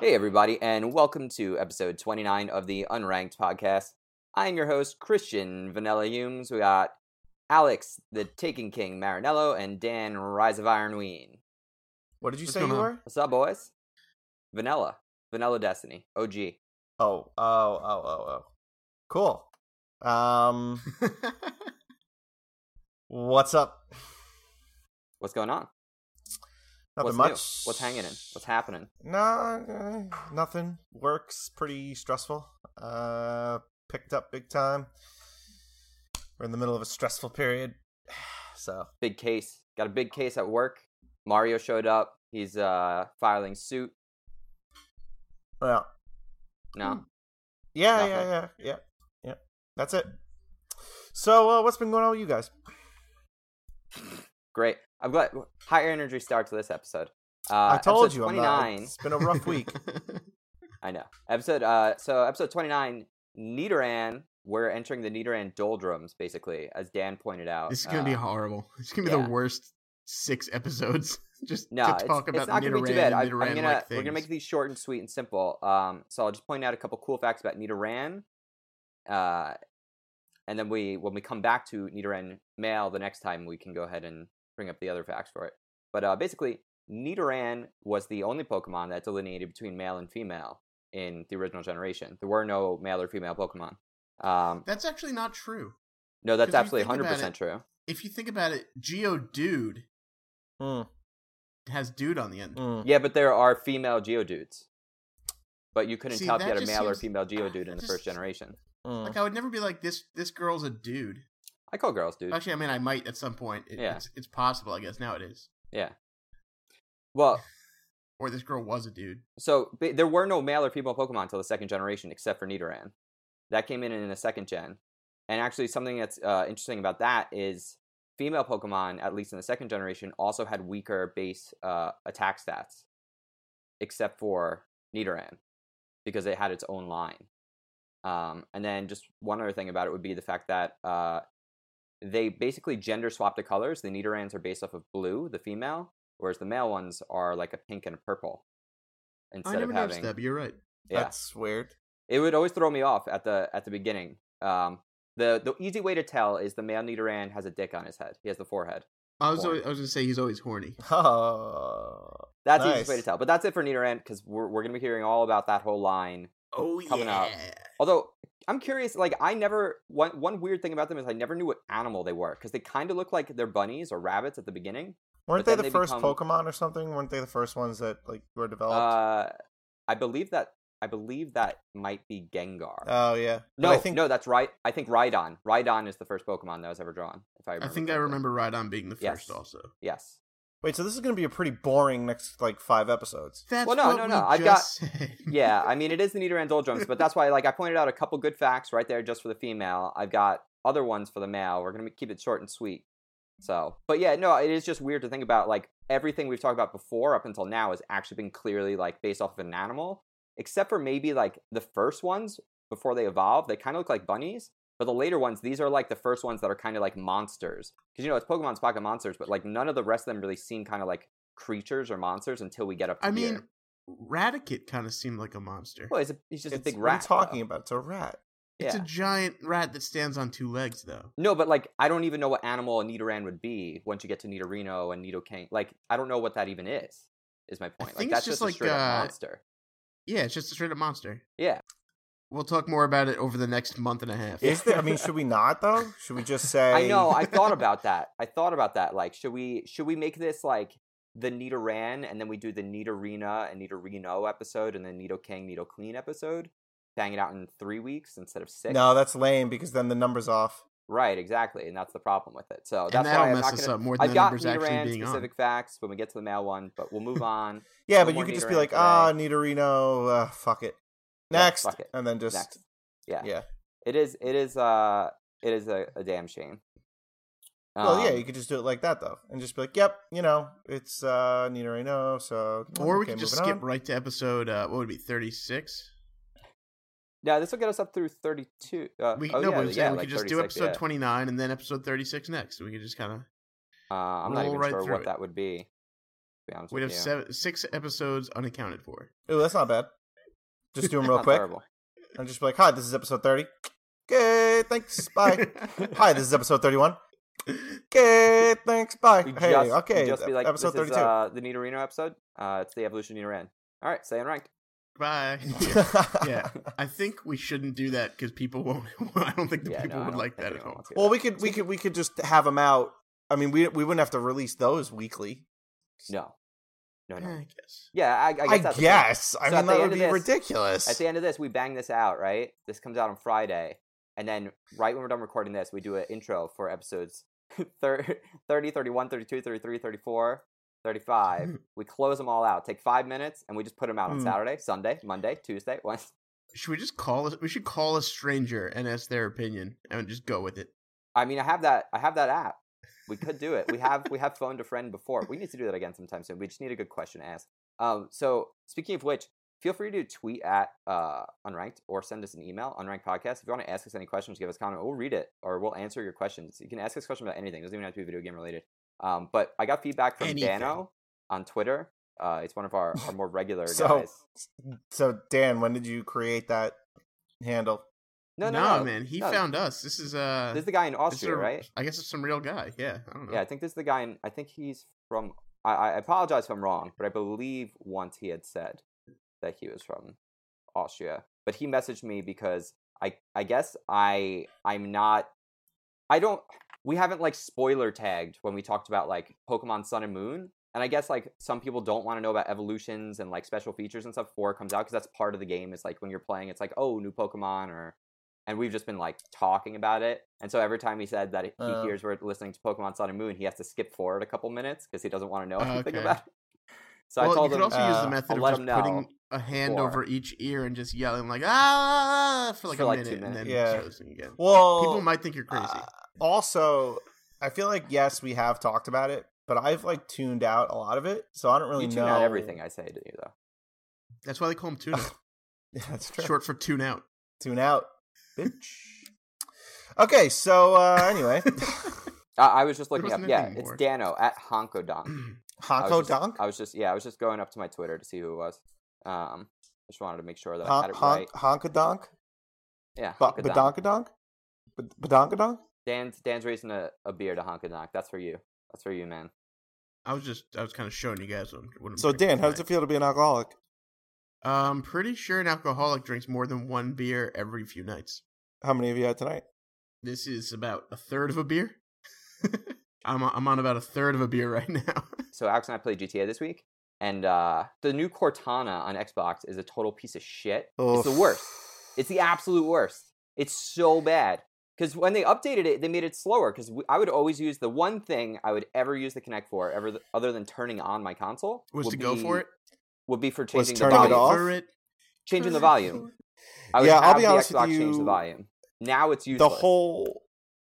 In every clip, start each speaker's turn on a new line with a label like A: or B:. A: Hey, everybody, and welcome to episode 29 of the Unranked Podcast. I am your host, Christian Vanilla Humes. We got Alex, the Taken King Marinello, and Dan, Rise of Iron Ween.
B: What did you
C: What's
B: say you
C: going on?
B: were?
A: What's up, boys? Vanilla. Vanilla Destiny. OG.
B: Oh, oh, oh, oh, oh. Cool. Um, what's up?
A: What's going on?
B: Nothing
A: What's
B: much.
A: new? What's hanging in? What's happening?
B: No, uh, nothing. Work's pretty stressful. Uh, picked up big time. We're in the middle of a stressful period, so
A: Big case. Got a big case at work. Mario showed up. He's uh filing suit.
B: well, Hmm.
A: No.
B: yeah,
A: Nothing.
B: yeah, yeah, yeah, yeah. That's it. So, uh, what's been going on with you guys?
A: Great. I'm glad. Higher energy start to this episode. Uh,
B: I told
A: episode
B: you, I'm
A: 29.
B: not, it's been a rough week.
A: I know. Episode uh so episode 29 Nidoran, we're entering the Nidoran doldrums basically as Dan pointed out.
C: This is gonna
A: Uh,
C: be horrible. It's gonna be
A: yeah.
C: the worst six episodes just
A: No,
C: to
A: it's,
C: talk
A: it's
C: about
A: not gonna
C: Nidoran
A: be too bad. I,
C: and
A: am
C: Nidoran
A: gonna
C: like
A: we're
C: things.
A: gonna make these short and sweet and simple. Um, so I'll just point out a couple cool facts about Nidoran, uh, and then we when we come back to Nidoran male the next time, we can go ahead and bring up the other facts for it. But uh, basically, Nidoran was the only Pokemon that delineated between male and female in the original generation. There were no male or female Pokemon. Um,
C: That's actually not true.
A: no, that's
C: 'cause you
A: absolutely
C: think about
A: 100%
C: it-
A: true.
C: If you think about it, Geodude
A: Hmm.
B: Mm,
C: has dude on the end.
B: mm.
A: Yeah, but there are female Geodudes. But you couldn't
C: See,
A: tell if
C: that
A: you had a
C: just
A: male or
C: seems- ah,
A: female Geodude in
C: that
A: the first
C: just-
A: generation.
B: mm.
C: Like I would never be like this. This girl's a dude.
A: I call girls, dude.
C: Actually, I mean, I might at some point. It,
A: Yeah.
C: it's, it's possible, I guess. Nowadays,
A: Yeah. Well,
C: or this girl was a dude.
A: so ba- there were no male or female Pokemon until the second generation, except for Nidoran. That came in in the second gen. And actually, something that's uh, interesting about that is female Pokemon, at least in the second generation, also had weaker base uh, attack stats, except for Nidoran, because it had its own line. Um, and then just one other thing about it would be the fact that uh, they basically gender swap the colors. The Nidorans are based off of blue, the female, whereas the male ones are like a pink and a purple. Instead
C: I never
A: of
C: noticed
A: having,
C: that, but you're right.
A: yeah
B: That's weird.
A: it would always throw me off at the at the beginning. Um, the the easy way to tell is the male Nidoran has a dick on his head. He has the forehead.
C: I was
A: Horny.
C: always, I was gonna say he's always horny.
B: Oh,
A: That's the easiest way to
B: Nice.
A: tell. But that's it for Nidoran because we're we're gonna be hearing all about that whole line.
C: Oh
A: Coming
C: yeah.
A: up. Although I'm curious, like I never one one weird thing about them is I never knew what animal they were because they kind of look like they're bunnies or rabbits at the beginning. But
B: Weren't they
A: then
B: the
A: they
B: first
A: become-
B: Pokemon or something? Weren't they the first ones that like were developed?
A: Uh, I believe that I believe that might be Gengar.
B: oh yeah. But
A: no,
B: I think
A: no, that's right. I think Rhydon. Rhydon is the first Pokemon that was ever drawn. If I
C: I
A: remember
C: think I
A: correctly.
C: remember Rhydon being the
A: Yes.
C: first. Also,
A: Yes.
B: Wait, so this is going to be a pretty boring next like five episodes.
C: that's
A: Well, no,
C: what
A: no,
C: we
A: no, I've
C: just said.
A: yeah, I mean it is the Nidoran doldrums, but that's why like I pointed out a couple good facts right there just for the female. I've got other ones for the male. We're gonna keep it short and sweet. So, but yeah, no, it is just weird to think about like everything we've talked about before up until now has actually been clearly like based off of an animal, except for maybe like the first ones before they evolve, they kind of look like bunnies. But the later ones, these are like the first ones that are kind of like monsters, because you know it's Pokemon's pocket monsters, but like none of the rest of them really seem kind of like creatures or monsters until we get up. To
C: I mean,
A: here.
C: Raticate kind of seemed like a monster.
A: well, he's, a, he's just
B: It's,
A: a big
B: what are you
A: rat. though.
B: talking about? It's a rat.
C: It's
A: yeah.
C: a giant rat that stands on two legs, though.
A: No, but like I don't even know what animal a Nidoran would be once you get to Nidorino and Nidoking. Like I don't know what that even is. Is my point? Like
C: think
A: that's
C: it's
A: just,
C: just
A: a
C: like,
A: straight up
C: uh,
A: monster.
C: Yeah, it's just a straight up monster.
A: Yeah.
C: We'll talk more about it over the next month and a half.
B: Is there? I mean, should we not though? Should we just say?
A: I know. I thought about that. I thought about that. Like, should we should we make this like the Nidoran and then we do the Nidorina and Nidorino episode and then Nidoking Nidoclean episode? Bang it out in three weeks instead of six.
B: No, that's lame because then the numbers off.
A: right, exactly, and that's the problem with it. So
C: and
A: that's
C: that'll
A: why I'm
C: mess
A: not
C: us
A: gonna.
C: up more than
A: I've
C: the
A: got
C: numbers
A: Nidoran
C: actually being
A: specific facts when we get to the male one, but we'll move on.
B: Yeah,
A: No
B: but you
A: more
B: could just
A: Nidoran
B: be like,
A: today.
B: ah, Nidorino. Uh, fuck it.
A: Yeah,
B: Next,
A: fuck it.
B: and then just
A: Next. Yeah.
B: yeah.
A: It is. It is. Uh. It is a, a damn shame.
B: well, yeah,
A: Um,
B: you could just do it like that though, and just be like, yep, you know, it's uh, Nidorino. So
C: on. Or we
B: okay,
C: could just
B: moving
C: skip
B: on.
C: right to episode, uh, what would it be, 36?
A: Yeah, this will get us up through thirty-two. Uh,
C: We,
A: oh,
C: no,
A: yeah,
C: but I'm
A: yeah,
C: saying we
A: like
C: could just do
A: 36,
C: episode
A: yeah.
C: 29 and then episode 36 next. We could just kind of.
A: Uh, I'm not
C: Roll
A: even
C: right
A: sure
C: through
A: what
C: it.
A: that would be. be honest
C: We'd
A: with
C: have
A: you.
C: seven, six episodes unaccounted for.
B: Ooh, that's not bad. Just do them real
A: Not
B: quick.
A: terrible.
B: And just be like, hi, this is episode 30. Okay, thanks. Bye. hi, this is episode 31. Okay, thanks. Bye.
A: We
B: hey,
A: just,
B: okay.
A: we just be like,
B: episode
A: this
B: 32.
A: is uh, the Nidorino episode. Uh, it's the Evolution of Nidoran. All right, stay unranked.
C: Bye.
A: uh,
C: yeah, I think we shouldn't do that because people won't. I don't think the
A: Yeah,
C: people
A: no, I
C: would
A: don't
C: like
A: think
C: that at
A: anyone
C: all.
A: wants to hear
B: Well,
A: that.
B: we could we could we could just have them out. I mean, we we wouldn't have to release those weekly.
A: No. No,
C: Yeah,
A: no.
C: I guess.
A: Yeah, I, I guess.
B: I
A: that's
B: guess.
A: the plan. So
B: I
A: at
B: mean,
A: the
B: that
A: end of
B: would be
A: this-
B: ridiculous.
A: At the end of this, we bang this out, right? This comes out on Friday. And then right when we're done recording this, we do an intro for episodes thir- 30, 31, 32, 33, 34, 35. We close them all out, take five minutes, and we just put them out on
B: Hmm.
A: Saturday, Sunday, Monday, Tuesday, Wednesday.
C: Should we just call? A, we should call a stranger and ask their opinion and just go with it.
A: I mean, I have that. I have that app. We could do it. We have we have phoned a friend before. We need to do that again sometime soon. We just need a good question to ask. Um, so speaking of which, feel free to tweet at uh, unranked or send us an email unranked podcast if you want to ask us any questions. Give us a comment. We'll read it or we'll answer your questions. You can ask us questions about anything. It doesn't even have to be video game related. Um, but I got feedback from
C: Anything.
A: Dano on Twitter. Uh, it's one of our, our more regular
B: So-
A: guys.
B: So Dan, when did you create that handle?
A: No, no, no,
C: man, he
A: no.
C: found us. This is uh,
A: This is the guy in
C: this is
A: Austria,
C: a-
A: right?
C: I guess it's some real guy. Yeah, I don't know.
A: Yeah, I think this is the guy. In, I think he's from. I, I apologize if I'm wrong, but I believe once he had said that he was from Austria. But he messaged me because I I guess I I'm not. I don't. We haven't like spoiler tagged when we talked about like Pokemon Sun and Moon. And I guess like some people don't want to know about evolutions and like special features and stuff before it comes out because that's part of the game. It's like when you're playing, it's like oh new Pokemon or, and we've just been like talking about it. And so every time he said that he
B: Uh.
A: hears we're listening to Pokemon Sun and Moon, he has to skip forward a couple minutes because he doesn't want to know
C: Oh,
A: anything
C: okay.
A: about it. So I
C: well,
A: told
C: you
A: him
C: could also use
B: uh,
C: the method
A: I'll
C: of
A: let
C: just
A: him know
C: putting a hand
A: before.
C: over each ear and just yelling like ah for like
A: For,
C: a
A: like, two
C: minute and then
A: minutes.
B: Yeah.
C: chosen again.
B: Well,
C: People might think you're crazy.
B: uh, also, I feel like yes, we have talked about it, but I've like tuned out a lot of it, so I don't really
A: you tune
B: know
A: out everything I say to you though.
C: That's why they call him tuna,
B: Yeah, that's true.
C: short for tune out.
B: Tune out, bitch. okay, so uh anyway,
A: I, I was just looking up.
C: wasn't
A: Yeah,
C: anything
A: it's
C: more.
A: Dano at Honkodonk. I was
B: Honko
A: just-
B: Donk,
A: I was just yeah, I was just going up to my Twitter to see who it was. Um, just wanted to make sure that I had
B: Hon-
A: it
B: Hon-
A: right.
B: Honka Donk,
A: Yeah, Honka Donk.
B: Badonka Donk, Badonka Donk.
A: Dan's Dan's raising a, a beer to Honkodonk. That's for you. That's for you, man.
C: I was just I was kind of showing you guys what, what I'm
B: So
C: drinking
B: Dan, how does it
C: tonight.
B: feel to be an alcoholic?
C: I'm pretty sure an alcoholic drinks more than one beer every few nights.
B: How many of you had tonight?
C: This is about a third of a beer. I'm I'm on about a third of a beer right now.
A: So Alex and I played GTA this week, and uh, the new Cortana on Xbox is a total piece of shit. It's the worst. It's the absolute worst. It's so bad. Because when they updated it, they made it slower. Because I would always use the one thing I would ever use the Kinect for, ever th- other than turning on my console,
C: Was
A: would
C: to go
A: be-
C: for it,
A: Would be for changing the
B: turning it
A: volume.
B: off?
C: For it,
A: Changing the
C: for it.
A: volume. I would
B: Yeah,
A: have
B: I'll be
A: the
B: honest with
A: Xbox change the
B: you,
A: volume. Now it's
B: the
A: useless.
B: whole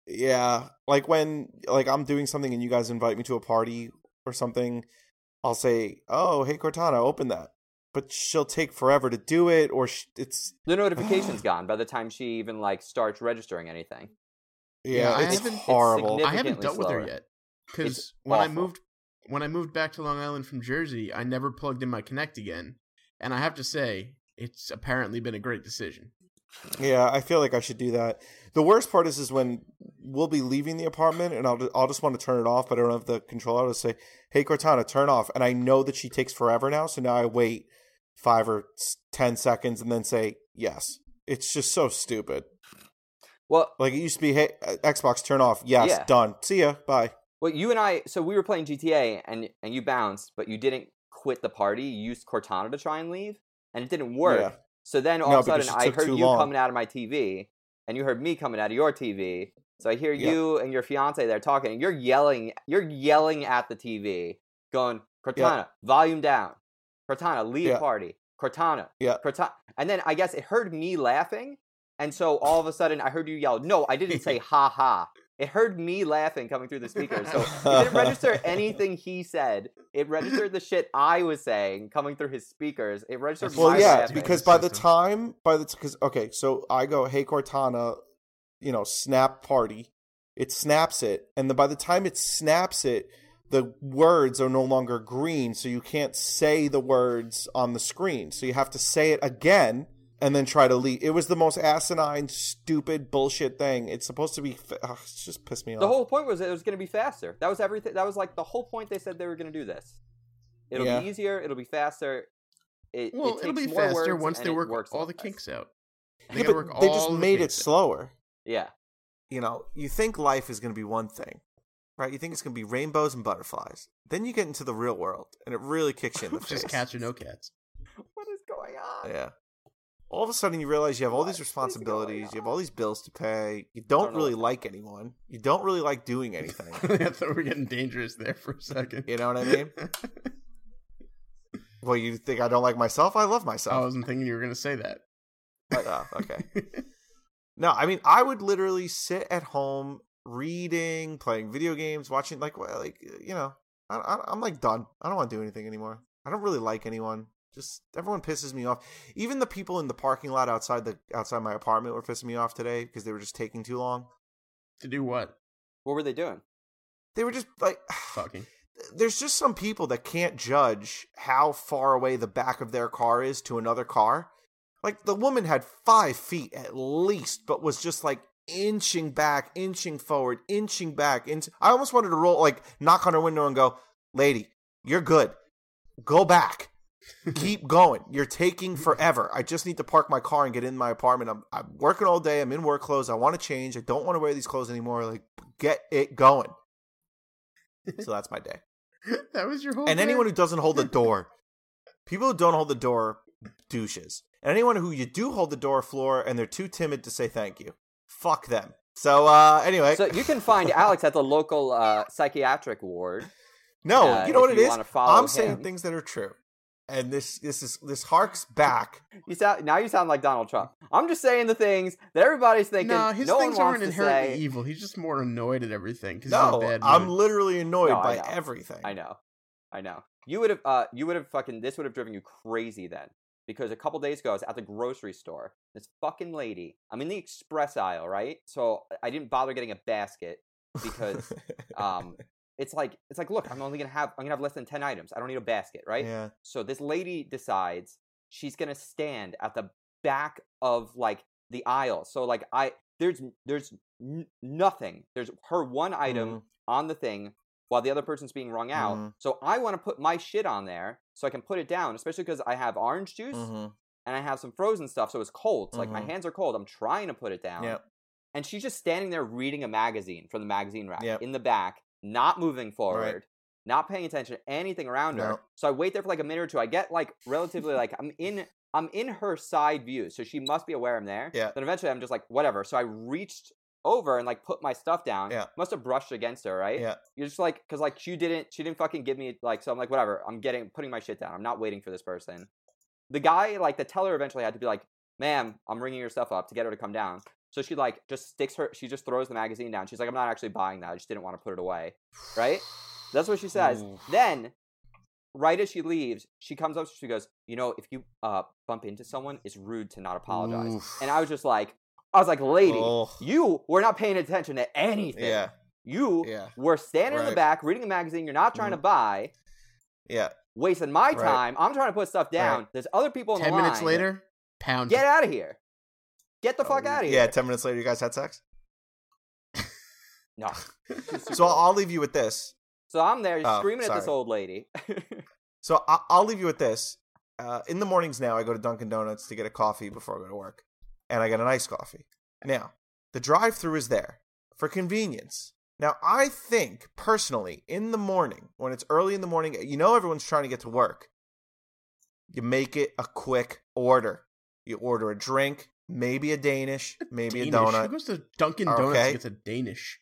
B: yeah like when like i'm doing something and you guys invite me to a party or something i'll say oh hey cortana open that but she'll take forever to do it or sh- it's
A: the notification's gone by the time she even like starts registering anything.
C: Yeah,
B: yeah,
C: I
B: it's
C: haven't- it's
B: horrible
A: significant-
C: I
A: significantly
C: haven't dealt with her
A: slower.
C: yet
A: It's
C: because when I
A: awful.
C: moved when I moved back to Long Island from Jersey, I never plugged in my Connect again, and I have to say it's apparently been a great decision.
B: yeah i feel like i should do that the worst part is is when we'll be leaving the apartment and i'll, I'll just want to turn it off but i don't have the control i'll just say hey cortana turn off and i know that she takes forever now so now i wait five or s- ten seconds and then say yes it's just so stupid
A: Well,
B: Like it used to be, hey, uh, Xbox, turn off. Yes,
A: Yeah.
B: done. See ya. Bye.
A: Well, you and I, so we were playing GTA and and you bounced, but you didn't quit the party. You used Cortana to try and leave, and it didn't work.
B: Yeah.
A: So then all
B: No,
A: of a
B: because
A: sudden,
B: it
A: I
B: took
A: heard
B: too
A: you
B: long.
A: coming out of my TV, and you heard me coming out of your TV. So I hear
B: Yeah.
A: you and your fiance there talking, and you're yelling, you're yelling at the TV, going, Cortana, volume down. Cortana, leave
B: Yeah.
A: party. Cortana,
B: Yeah.
A: Cortana. And then I guess it heard me laughing, and so all of a sudden, I heard you yell, "No, I didn't say ha ha." It heard me laughing coming through the speaker, so it didn't register anything he said. It registered the shit I was saying coming through his speakers. It registered
C: That's
A: my
B: Well, yeah,
A: laughing.
C: Xbox
B: because by the
C: system.
B: time, by the because okay, so I go, hey Cortana, you know, snap party. It snaps it, and then by the time it snaps it,
D: the words are no longer green, so you can't say the words on the screen. So you have to say it again and then try to leave. It was the most asinine, stupid, bullshit thing. It's supposed to be. Fa- Ugh, it's just pissed me off.
A: The whole point was that it was going to be faster. That was everything. That was like the whole point they said they were going to do this. It'll
D: Yeah.
A: be easier. It'll be faster. It,
C: Well,
A: it
C: it'll
A: takes
C: be
A: more
C: faster
A: words
C: once
A: and
C: they
A: it
C: work
A: works a
C: all
A: lot
C: the
A: faster.
C: kinks out. They
D: Yeah,
C: gotta work
D: but they just
C: all the
D: made it
C: kinks out.
D: slower.
A: Yeah,
B: you know, you think life is going to be one thing, right? You think it's going to be rainbows and butterflies. Then you get into the real world, and it really kicks you in the face.
C: Just cats or no cats.
A: what is going on?
B: Yeah. All of a sudden, you realize you have all
A: What
B: these
A: is
B: responsibilities.
A: going
B: You have all
A: on?
B: these bills to pay. You
A: Don't
B: don't
A: know
B: really
A: what-
B: like anyone. You don't really like doing anything.
C: I thought we were getting dangerous there for a second.
B: You know what I mean? well, you think I don't like myself? I love
C: I
B: myself.
C: wasn't thinking you were gonna say that.
B: Oh, okay. No, I mean, I would literally sit at home reading, playing video games, watching, like, well, like uh, you know, I, I, I'm like done. I don't want to do anything anymore. I don't really like anyone. Just everyone pisses me off. Even the people in the parking lot outside the outside my apartment were pissing me off today because they were just taking too long.
C: to do what?
A: What were they doing?
B: They were just like,
C: Fucking.
B: there's just some people that can't judge how far away the back of their car is to another car. Like the woman had five feet at least, but was just like inching back, inching forward, inching back. And I almost wanted to roll, like knock on her window and go, "Lady, you're good. Go back. Keep going. You're taking forever. I just need to park my car and get in my apartment. I'm, I'm working all day. I'm in work clothes. I want to change. I don't want to wear these clothes anymore. Like, get it going." So that's my day
C: that was your whole.
B: and
C: day?
B: anyone who doesn't hold the door, people who don't hold the door, douches. And anyone who you do hold the door floor and they're too timid to say thank you, fuck them. So uh, anyway,
A: So you can find Alex at the local uh, psychiatric ward.
B: no,
A: uh,
B: you know what
A: if
B: it
A: you
B: is.
A: wanna follow
B: I'm saying
A: him.
B: things that are true, and this this is this harks back.
A: You sound now. You sound like Donald Trump. I'm just saying the things that everybody's thinking.
C: no, his
A: no
C: things
A: one
C: aren't
A: wants to
C: inherently
A: say.
C: evil. He's just more annoyed at everything because he's in a
B: No,
C: bad
B: I'm
C: mood.
B: literally annoyed
A: No, I
B: by
A: know.
B: everything.
A: I know, I know. You would have, uh, you would have fucking. This would have driven you crazy then, because a couple days ago, I was at the grocery store. This fucking lady. I'm in the express aisle, right? So I didn't bother getting a basket because um, it's like it's like, look, I'm only gonna have I'm gonna have less than ten items. I don't need a basket, right?
B: yeah,
A: So this lady decides she's gonna stand at the back of like the aisle. So like I there's there's n- nothing. There's her one item
B: Mhm.
A: on the thing while the other person's being wrung out.
B: Mhm.
A: So I want to put my shit on there so I can put it down, especially because I have orange juice
B: Mhm.
A: and I have some frozen stuff, so it's cold. It's Like my
B: Mhm.
A: hands are cold. I'm trying to put it down.
B: Yep.
A: And she's just standing there reading a magazine from the magazine rack
B: Yep.
A: in the back, not moving forward, not paying attention to anything around her.
B: No.
A: So I wait there for like a minute or two. I get like relatively like I'm in I'm in her side view, so she must be aware I'm there.
B: Yeah.
A: Then eventually I'm just like whatever. So I reached over and like put my stuff down.
B: Yeah.
A: Must have brushed against her, right?
B: Yeah.
A: You're just like because like she didn't she didn't fucking give me like so I'm like whatever. I'm getting putting my shit down. I'm not waiting for this person the guy, like the teller, eventually had to be like, "Ma'am, I'm ringing your stuff up to get her to come down." So she like just sticks her. She just throws the magazine down. She's like, "I'm not actually buying that. I just didn't want to put it away." Right? That's what she says.
B: Oof.
A: Then, right as she leaves, she comes up. She goes, "You know, if you uh, bump into someone, it's rude to not apologize."
B: Oof.
A: And I was just like, I was like, "Lady,
B: Oh.
A: you were not paying attention to anything.
B: yeah,
A: You
B: yeah,
A: were standing in the
B: Right.
A: back reading a magazine. You're not trying to buy."
B: yeah.
A: Wasting my
B: Right.
A: time. I'm trying to put stuff down. There's other people in
C: Ten
A: the line.
C: minutes later, pound.
A: Get out of here. Get the fuck
B: Oh,
A: out of here.
B: Yeah, ten minutes later, you guys had sex.
A: No.
B: So I'll leave you with this.
A: So I'm there
B: Oh,
A: screaming at this
B: sorry.
A: old lady.
B: So I- I'll leave you with this. Uh, in the mornings now, I go to Dunkin' Donuts to get a coffee before I go to work, and I get an iced coffee. Now, the drive-through is there for convenience. Now, I think personally, in the morning, when it's early in the morning, you know everyone's trying to get to work. You make it a quick order. You order a drink, maybe a Danish, maybe
C: Danish.
B: a
C: Who
B: donut.
C: goes to Dunkin' Donuts
B: Okay.
C: and gets a Danish?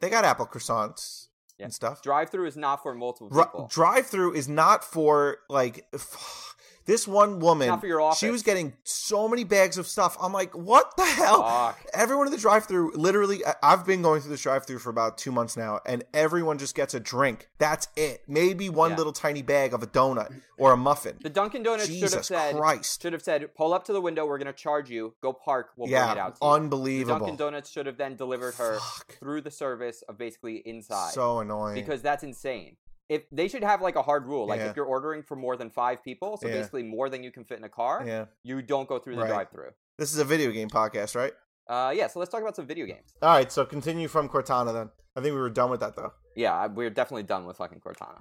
B: They got apple croissants
A: Yeah.
B: and stuff.
A: Drive through is not for multiple
B: Ru-
A: people.
B: drive through is not for like f- This one woman,
A: Not for your office.
B: she was getting so many bags of stuff. I'm like, what the hell?
A: Fuck.
B: Everyone in the drive-through, literally, I- I've been going through this drive-through for about two months now, and everyone just gets a drink. That's it. Maybe one
A: Yeah.
B: little tiny bag of a donut or a muffin.
A: The Dunkin' Donuts should have
B: Jesus
A: said
B: Christ!
A: should have said, pull up to the window, we're gonna charge you, go park, we'll bring it
B: yeah,
A: out to you." The
B: unbelievable.
A: Dunkin' Donuts should have then delivered her
B: Fuck.
A: through the service of basically inside.
B: So annoying.
A: because that's insane. If they should have like a hard rule, like
B: Yeah.
A: if you're ordering for more than five people, so
B: Yeah.
A: basically more than you can fit in a car,
B: yeah,
A: you don't go through the
B: Right.
A: drive-through.
B: this is a video game podcast, right?
A: Uh, yeah, so let's talk about some video games.
B: All right, so continue from Cortana then. I think we were done with that though.
A: Yeah, I- we're definitely done with fucking Cortana.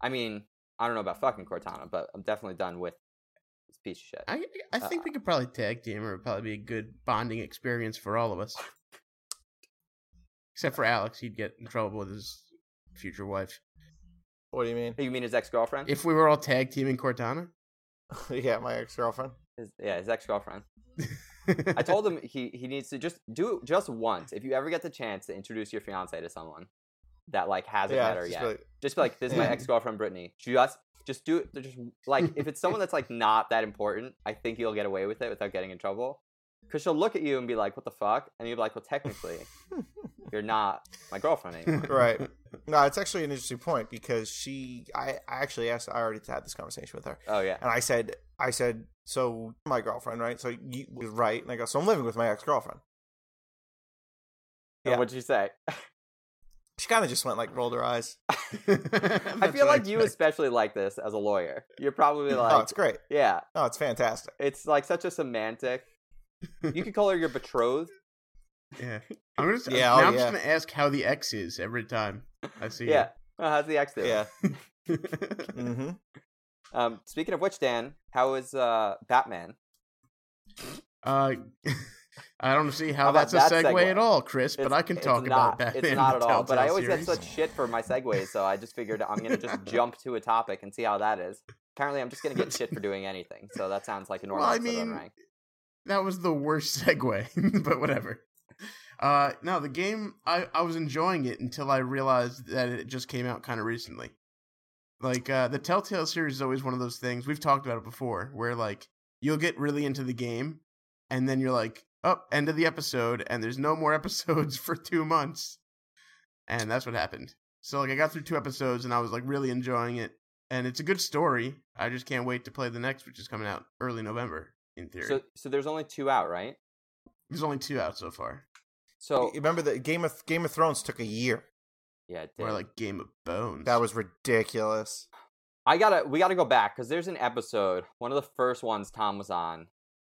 A: I mean, I don't know about fucking Cortana, but I'm definitely done with this piece of shit.
C: I I think we could probably tag team, or it'd probably be a good bonding experience for all of us. Except for Alex, he'd get in trouble with his future wife.
B: What do you mean?
A: you mean his ex-girlfriend?
C: If we were all tag teaming Cortana,
B: yeah, my ex girlfriend.
A: His- yeah, his ex-girlfriend. I told him he, he needs to just do it just once. If you ever get the chance to introduce your fiance to someone that like hasn't
B: Yeah,
A: met her
B: just
A: yet,
B: really-
A: Just be like, this is my
B: Yeah.
A: ex girlfriend Brittany. Just just do it. Just like if it's someone that's like not that important, I think you'll get away with it without getting in trouble. Cause she'll look at you and be like, "What the fuck?" And you'll be like, "Well, technically, you're not my girlfriend anymore."
B: right. No, it's actually an interesting point because she. I, I actually asked. I already had this conversation with her,
A: Oh yeah,
B: and I said, I said, so my girlfriend, right? So you right, and I go, so I'm living with my ex girlfriend.
A: And
B: Yeah.
A: what'd you say?
B: She kind of just went like rolled her eyes.
A: I feel like you especially like this as a lawyer. You're probably like,
B: oh, it's great.
A: yeah,
B: Oh, it's fantastic.
A: it's like such a semantic. You could call her your betrothed.
C: Yeah, I'm gonna. Just,
B: Yeah,
C: now
B: oh,
C: I'm
B: yeah.
C: just gonna ask how the X is every time I see.
A: Yeah. Oh, how's the ex doing?
B: Yeah.
C: it.
B: hmm
A: Um, speaking of which, Dan, how is uh, Batman?
C: Uh, I don't see how,
A: How about
C: that's a
A: that
C: segue,
A: segue?
C: at all, Chris. But
A: It's-
C: I can
A: it's
C: talk
A: not,
C: about that.
A: It's
C: in
A: not
C: the
A: at all. But I
C: Telltale
A: always
C: series.
A: get such shit for my segues, so I just figured I'm gonna just jump to a topic and see how that is. Apparently, I'm just gonna get shit for doing anything. So that sounds like a normal
C: Well, I
A: episode on
C: mean-
A: rank.
C: That was the worst segue, but whatever. Uh, no, the game I I was enjoying it until I realized that it just came out kind of recently. Like uh, the Telltale series is always one of those things we've talked about it before, where like you'll get really into the game, and then you're like, oh, end of the episode, and there's no more episodes for two months, and that's what happened. So like I got through two episodes, and I was like really enjoying it, and it's a good story. I just can't wait to play the next, which is coming out early November in theory.
A: So, so there's only two out, right?
C: There's only two out so far.
A: So
B: Remember that Game of Game of Thrones took a year.
A: yeah, it
C: Or
A: did.
C: like Game of Bones.
B: That was ridiculous.
A: I gotta we gotta go back because there's an episode, one of the first ones Tom was on.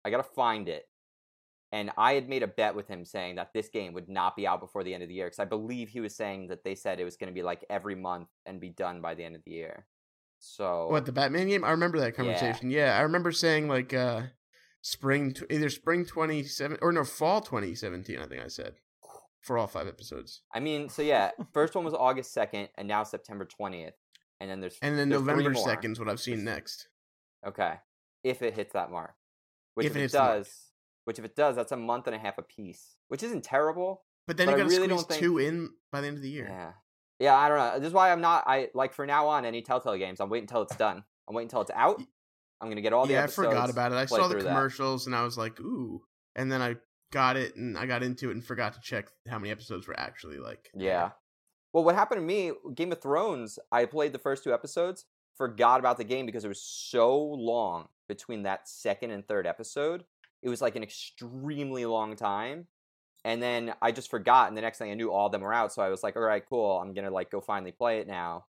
A: I gotta find it, and I had made a bet with him saying that this game would not be out before the end of the year because I believe he was saying that they said it was gonna be like every month and be done by the end of the year. So
C: what the Batman game. I remember that
A: Oh. Yeah.
C: conversation. Yeah, I remember saying like uh spring tw- either spring 27 or no fall 2017 I think I said for all five episodes.
A: I mean, so yeah, first one was August second, and now September twentieth, and then there's
C: And then
A: there's three
C: November
A: more.
C: 2nd is what I've seen next.
A: Okay, if it hits that mark, which
C: If
A: if,
C: it
A: it,
C: hits the mark.
A: does, which if it does, that's a month and a half apiece, which isn't terrible.
C: But then
A: But
C: you
A: I
C: got to
A: really don't
C: squeeze
A: think-
C: two in by the end of the year.
A: Yeah, yeah, I don't know. This is why I'm not. I like for now on any Telltale games, I'm waiting until it's done. I'm waiting until it's out. I'm gonna get all the.
C: yeah, I
A: episodes.
C: forgot about it. I
A: play
C: saw the
A: through that.
C: commercials and I was like, "Ooh." And then I got it and I got into it and forgot to check how many episodes were actually like.
A: Yeah. Well, what happened to me, Game of Thrones, I played the first two episodes, forgot about the game because it was so long between that second and third episode. It was like an extremely long time. And then I just forgot, and the next thing I knew, all of them were out. So I was like, all right, cool. I'm going to like go finally play it now.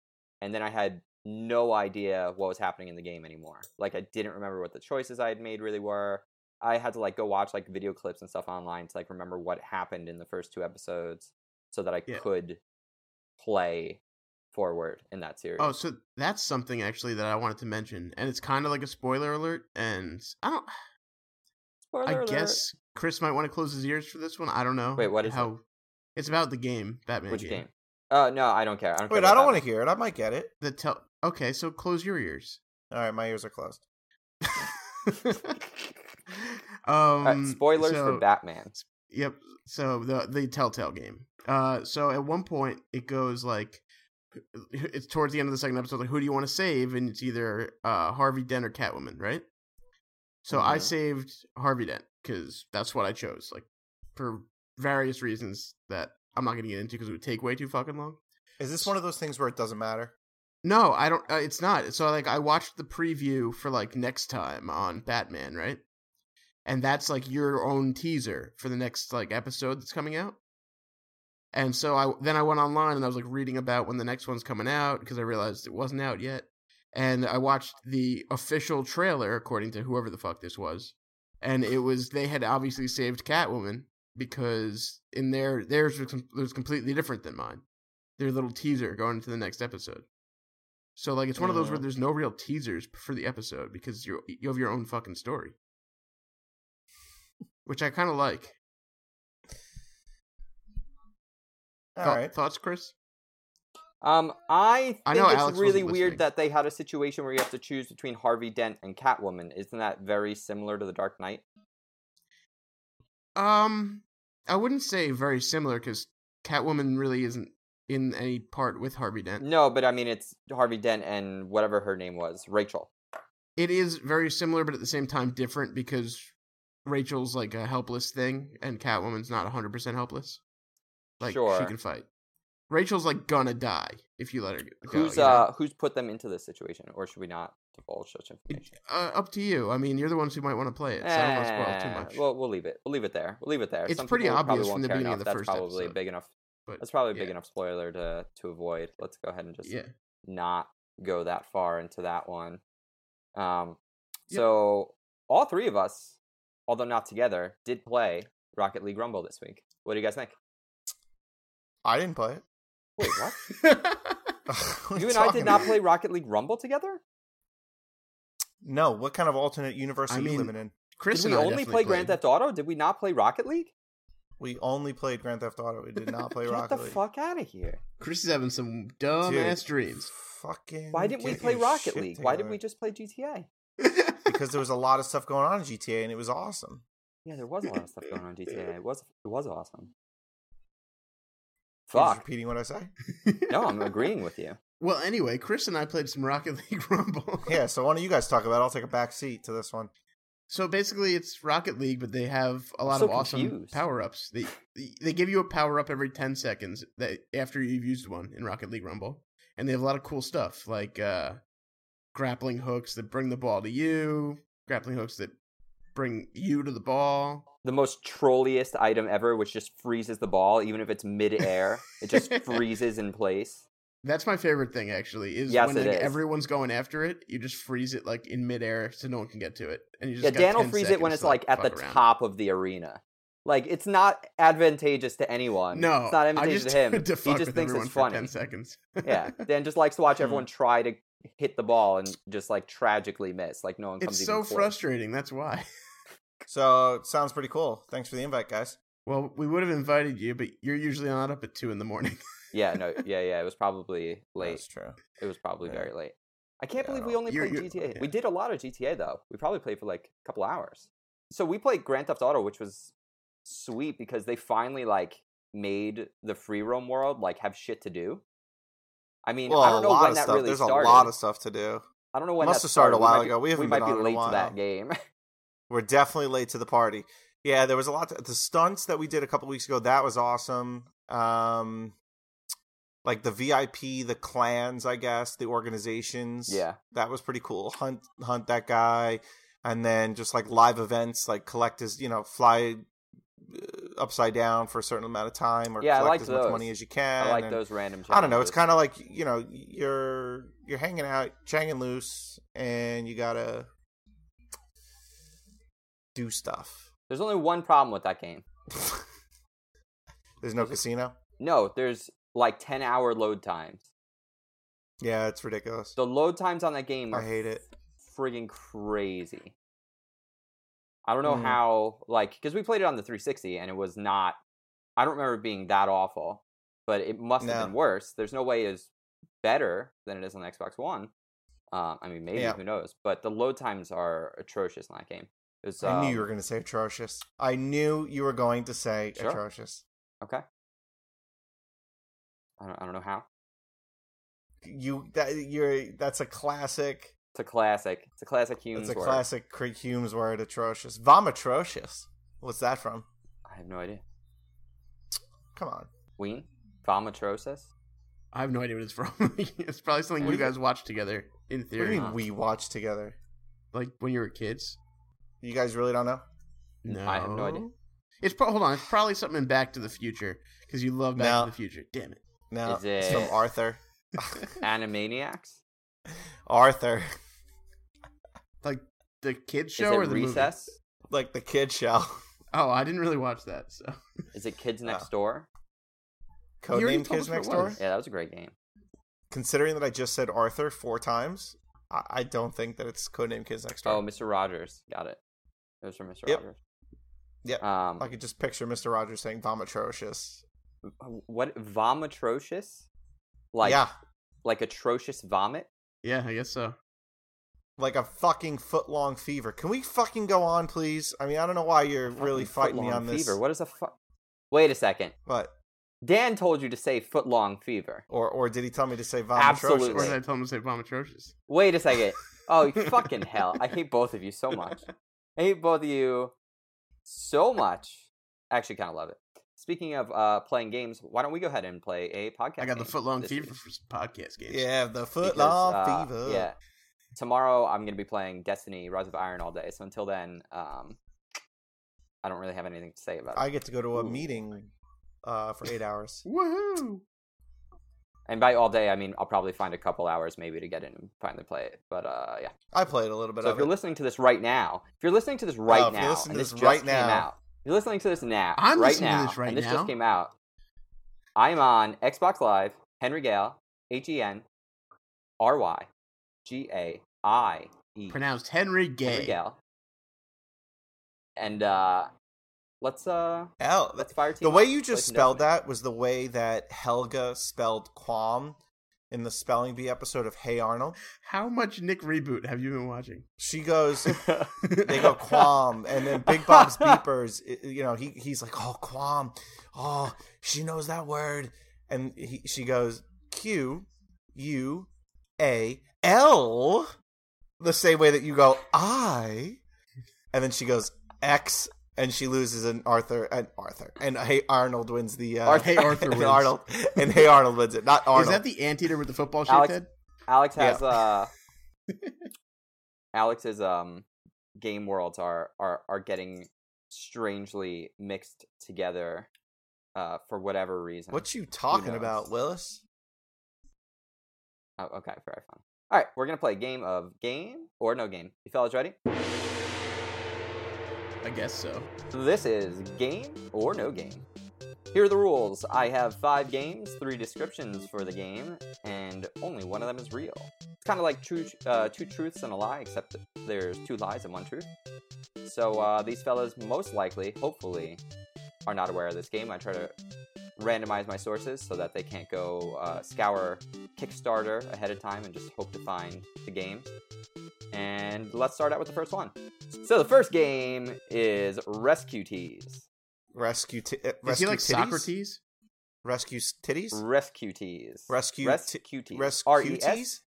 A: And then I had no idea what was happening in the game anymore. Like, I didn't remember what the choices I had made really were. I had to like go watch like video clips and stuff online to like remember what happened in the first two episodes so that I
C: Yeah.
A: could play forward in that series.
C: Oh, so that's something actually that I wanted to mention, and it's kind of like a spoiler alert. And I don't,
A: Spoiler
C: I
A: alert.
C: guess Chris might want to close his ears for this one. I don't know.
A: Wait, what is it?
C: It's about the game Batman.
A: which game? Oh no, I don't care. I don't
B: Wait, I don't want to hear it. I might get it.
C: The tell. Okay, so close your ears.
B: All right, my ears are closed.
C: um,
A: Uh, spoilers
C: so-
A: for Batman.
C: Yep. So the the Telltale game. Uh, so at one point it goes like, it's towards the end of the second episode, like who do you want to save? And it's either uh, Harvey Dent or Catwoman, right? So I
A: Mhm.
C: saved Harvey Dent because that's what I chose, like for various reasons that I'm not going to get into because it would take way too fucking long.
B: Is this one of those things where it doesn't matter?
C: No, I don't. Uh, it's not. So like, I watched the preview for like next time on Batman, right? And that's like your own teaser for the next like episode that's coming out. And so I then I went online and I was like reading about when the next one's coming out because I realized it wasn't out yet. And I watched the official trailer according to whoever the fuck this was, and it was they had obviously saved Catwoman because in their theirs was, com- was completely different than mine. Their little teaser going into the next episode. So like it's one of those
B: Oh.
C: where
A: Mhm.
C: there's no real teasers for the episode because you you have your own fucking story, which I kind of like.
B: All
C: Thou-
B: right.
C: Thoughts, Chris?
A: Um, I think
C: I know
A: it's
C: Alex wasn't
A: really
C: listening.
A: weird that they had a situation where you have to choose between Harvey Dent and Catwoman. Isn't that very similar to The Dark Knight?
C: Um, I wouldn't say very similar because Catwoman really isn't in any part with Harvey Dent.
A: No, but I mean it's Harvey Dent and whatever her name was, Rachel.
C: It is very similar, but at the same time different because Rachel's like a helpless thing, and Catwoman's not 100% helpless. Like she
A: Sure.
C: can fight. Rachel's like gonna die if you let her go.
A: Who's
C: you know?
A: uh who's put them into this situation, or should we not divulge such information?
C: uh, up to you. I mean, you're the ones who might want to play it. So I don't want to spoil too
A: Eh,
C: much.
A: Well, we'll leave it. We'll leave it there. We'll leave it there.
C: It's pretty
A: people probably
C: obvious from
A: won't
C: the
A: care
C: beginning
A: enough.
C: of the
A: That's
C: first
A: probably a
C: episde,
A: big enough.
C: but,
A: that's probably a big
C: yeah.
A: enough spoiler to to avoid. Let's go ahead and just
C: yeah.
A: not go that far into that one. Um,
C: Yep.
A: so all three of us, although not together, did play Rocket League Rumble this week. What do you guys think?
B: I didn't play it.
A: Wait, what?
B: What are
A: you and I
B: talking
A: did not
B: about?
A: play Rocket League Rumble together.
B: No. What kind of alternate universe
C: I
B: are
C: mean-
B: you living in?
C: Chris
A: did we
C: and I
A: only
C: definitely
A: play
C: played.
A: Grand Theft Auto? Did we not play Rocket League?
B: We only played Grand Theft Auto. We did not play
A: Get
B: Rocket
A: the
B: League.
A: fuck out of here!
C: Chris is having some dumb
B: Dude,
C: ass dreams.
B: Fucking.
A: Why didn't we
B: get
A: play
B: your
A: Rocket
B: shit
A: League? Why didn't
B: together.
A: we just play GTA?
B: because there was a lot of stuff going on in GTA and it was awesome.
A: Yeah, there was a lot of stuff going on in GTA. It was it was awesome.
B: You're just
A: Fuck.
B: repeating what I say.
A: No, I'm agreeing with you.
C: Well, anyway, Chris and I played some Rocket League Rumble.
B: Yeah. So why don't you guys talk about? it? I'll take a back seat to this one.
C: So basically, it's Rocket League, but they have a lot
A: so
C: of awesome
A: confused.
C: power ups. They they give you a power up every ten seconds that after you've used one in Rocket League Rumble, and they have a lot of cool stuff like uh, grappling hooks that bring the ball to you, grappling hooks that bring you to the ball.
A: The most trolliest item ever, which just freezes the ball, even if it's midair. It just freezes in place.
C: That's my favorite thing, actually. Is
A: Yes,
C: when
A: it
C: like,
A: is.
C: everyone's going after it, you just freeze it like in midair, so no one can get to it. And you just
A: Yeah,
C: got
A: Dan will
C: 10
A: freeze it when
C: seconds
A: it's
C: to,
A: like at the
C: fuck around.
A: top of the arena. Like it's not advantageous to anyone.
C: No,
A: it's not
C: I
A: advantageous
C: just
A: to him.
C: did to
A: he
C: fuck
A: just
C: with
A: thinks
C: everyone
A: it's
C: for
A: funny.
C: Ten seconds.
A: Yeah, Dan just likes to watch everyone
B: Hmm.
A: try to hit the ball and just like tragically miss. Like no one comes.
C: it's
A: even
C: so
A: close.
C: frustrating. That's why.
B: So it sounds pretty cool. Thanks for the invite, guys.
C: Well, we would have invited you, but you're usually not up at two in the morning.
A: Yeah, no, yeah, yeah. It was probably late.
B: That's true.
A: It was probably
B: Yeah.
A: very late. I can't
B: Yeah,
A: believe
B: no. oh,
A: we only
C: You're-
A: played
C: you're-
A: GTA. We
C: yeah.
A: did a lot of GTA though. We probably played for like a couple hours. So we played Grand Theft Auto, which was sweet because they finally like made the free roam world like have shit to do. I mean,
B: Well,
A: I don't
B: a
A: know
B: lot
A: when
B: of
A: that
B: stuff.
A: really
B: There's
A: started.
B: a lot of stuff to do.
A: I don't know when
B: Must
A: that
B: have started a while
A: We might
B: ago. We
A: be-
B: haven't
A: might
B: been
A: be
B: on in a
A: late to
B: while.
A: that game.
B: We're definitely late to the party. Yeah, there was a lot. To, the stunts that we did a couple weeks ago that was awesome. Um, like the VIP, the clans, I guess, the organizations.
A: yeah,
B: that was pretty cool. Hunt hunt that guy, and then just like live events, like collect his, you know, fly uh, upside down for a certain amount of time, or
A: Yeah, I
B: collect
A: like
B: as
A: those.
B: much money as you can.
A: I like
B: and-
A: those random.
B: I don't know.
A: challenges.
B: It's kind of like you know you're you're hanging out, hanging loose, and you gotta do stuff.
A: There's only one problem with that game.
B: There's no casino.
A: No, there's like ten hour load times.
B: Yeah, it's ridiculous.
A: The load times on that game
B: I
A: are
B: hate it.
A: friggin' crazy. I don't know
B: Mhm.
A: how, like, because we played it on the 360 and it was not, I don't remember it being that awful, but it must have
B: No.
A: been worse. There's no way it's better than it is on the Xbox One. Uh, I mean, maybe,
B: Yeah.
A: who knows? But the load times are atrocious in that game. It was,
B: I knew you
A: um,
B: were going to say atrocious. I knew you were going to say
A: Sure.
B: atrocious.
A: Okay. I don't, I don't know how.
B: you that you're that's a classic.
A: It's a classic. It's a classic Hume's
B: That's a
A: work.
B: classic Creek Hume's word. Atrocious. Vom atrocious. What's that from?
A: I have no idea.
B: Come on.
A: Ween? Vomitrosis?
C: I have no idea what it's from. it's probably something
A: What
C: you
A: do you-
C: guys watched together in
B: What do
C: theory,
B: you
A: not.
B: mean we watch together?
C: like when you were kids.
B: You guys really don't know?
C: No,
A: I have no idea.
C: It's pro- hold on. It's probably something in Back to the Future because you love Back
B: No.
C: to the Future. Damn it!
B: No.
A: Is
B: It's
A: it-
B: from Arthur.
A: Animaniacs?
B: Arthur,
C: The kids
A: Is
C: show
A: it
C: or the
A: Recess?
B: like the kid show.
C: movie? Oh, I didn't really watch that. So
A: Is it Kids
B: Oh.
A: Next Door?
C: You already
B: Codename
C: told
B: Kids
C: us what it
B: Next Door.
C: was.
A: Yeah, that was a great game.
B: Considering that I just said Arthur four times, I, I don't think that it's Codename Kids Next Door.
A: Oh, Mr. Rogers. Got it. It was from Mr.
B: Yep.
A: Rogers.
B: Yep.
A: Um,
B: I could just picture Mr. Rogers saying "Vom atrocious."
A: what? Vomitrocious? Like,
B: yeah,
A: like atrocious vomit?
C: yeah, I guess so.
B: like a fucking foot long fever. Can we fucking go on, please? I mean, I don't know why you're really
A: Fucking
B: fighting me
A: footlong
B: on this,
A: Fever. What is a fuck? Wait a second.
B: but
A: Dan told you to say footlong fever.
B: or or did he tell me to say "Vom
A: Absolutely.
C: Or
B: atrocious"?
C: did I tell him to say Bomb Atrocious?
A: Wait a second. Oh, you fucking hell. I hate both of you so much. I hate both of you so much. I actually kind of love it. Speaking of uh, playing games, why don't we go ahead and play a podcast?
C: I got the
A: game
C: footlong
A: this
C: fever
A: week?
C: for podcast games.
B: Yeah, the
A: Because,
B: foot long
A: uh,
B: fever.
A: Yeah. Tomorrow I'm going to be playing Destiny Rise of Iron all day. So until then, um, I don't really have anything to say about it.
B: I get to go to a
A: Ooh.
B: meeting uh, for eight hours.
C: Woohoo!
A: And by all day, I mean I'll probably find a couple hours maybe to get in and finally play it. But uh, yeah.
B: I played a little bit
A: so
B: of
A: if you're
B: it.
A: listening to this right now, if you're listening to this right
B: if you're
A: now, and
B: listening to
A: this,
B: this
A: just
B: right
A: came
B: now.
A: out, if you're listening to this now,
C: I'm
A: right
C: listening to
A: now,
C: this right
A: and this
C: now.
A: just came out. I'm on Xbox Live, Henry Gale, H E N R Y G A I E.
C: Pronounced Henry
A: Henry
C: Gay.
A: Gale. And uh, let's uh,
B: Hell,
A: let's fire team.
B: the way
A: up.
B: you
A: Play
B: just
A: some
B: spelled
A: Destiny.
B: that was the way that Helga spelled qualm in the spelling bee episode of Hey Arnold.
C: How much Nick reboot have you been watching?
B: She goes, they go qualm, and then Big Bob's beepers. i- You know, he he's like, oh qualm, oh she knows that word, and he, she goes Q U A L, the same way that you go I, and then she goes X, and she loses an Arthur and Arthur and Hey Arnold wins the uh,
A: Arthur
C: Hey Arthur
B: and
C: wins.
B: Arnold and Hey Arnold wins it, not Arnold.
C: Is that the anteater with the football shaped
A: Alex-
C: head?
A: Alex
B: Yeah.
A: has uh Alex's um game worlds are are are getting strangely mixed together uh for whatever reason.
B: what you talking
A: knows?
B: about, Willis?
A: oh, okay, very fun. All right, we're going to play a game of game or no game. You fellas ready?
C: I guess so.
A: So this is game or no game. Here are the rules. I have five games, three descriptions for the game, and only one of them is real. It's kind of like true, uh, two truths and a lie, except that there's two lies and one truth. So uh, these fellas most likely, hopefully, are not aware of this game. I try to randomize my sources so that they can't go uh, scour Kickstarter ahead of time and just hope to find the game. And let's start out with the first one. So the first game is Rescue Tees.
B: Rescue, t- uh,
C: Is
B: rescue
C: he like
B: titties?
C: Socrates?
B: Rescue s- titties?
A: Rescue Tees.
B: Rescue ti-
A: Rescue Tees.
B: Rescue
A: R E S
B: tees?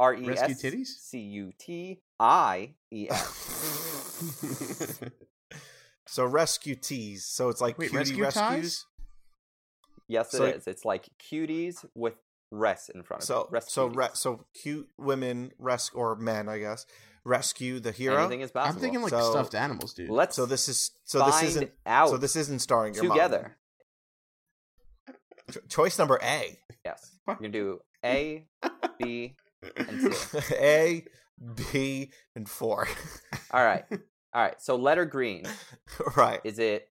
A: R E
C: Rescue
A: S
C: titties?
A: C U T I E S.
B: so rescue tees. So it's like
C: Wait,
B: cutie
C: rescue
B: rescues.
C: ties?
A: Yes, it is.
B: So-
A: It's like cuties with res in front of
B: So
A: it. Rescue
B: so
A: Tees.
B: re- so cute women rescue or men, I guess, rescue the hero.
A: Anything is possible.
C: I'm thinking like
B: So-
C: stuffed animals, dude.
A: Let's
B: so this is so
A: find
B: this isn't
A: out
B: so this isn't starring your mom.
A: together.
B: Cho- choice number A.
A: Yes, you're gonna do A, B, and C.
B: A, B, and four.
A: All right, all right. So letter green.
B: right.
A: Is it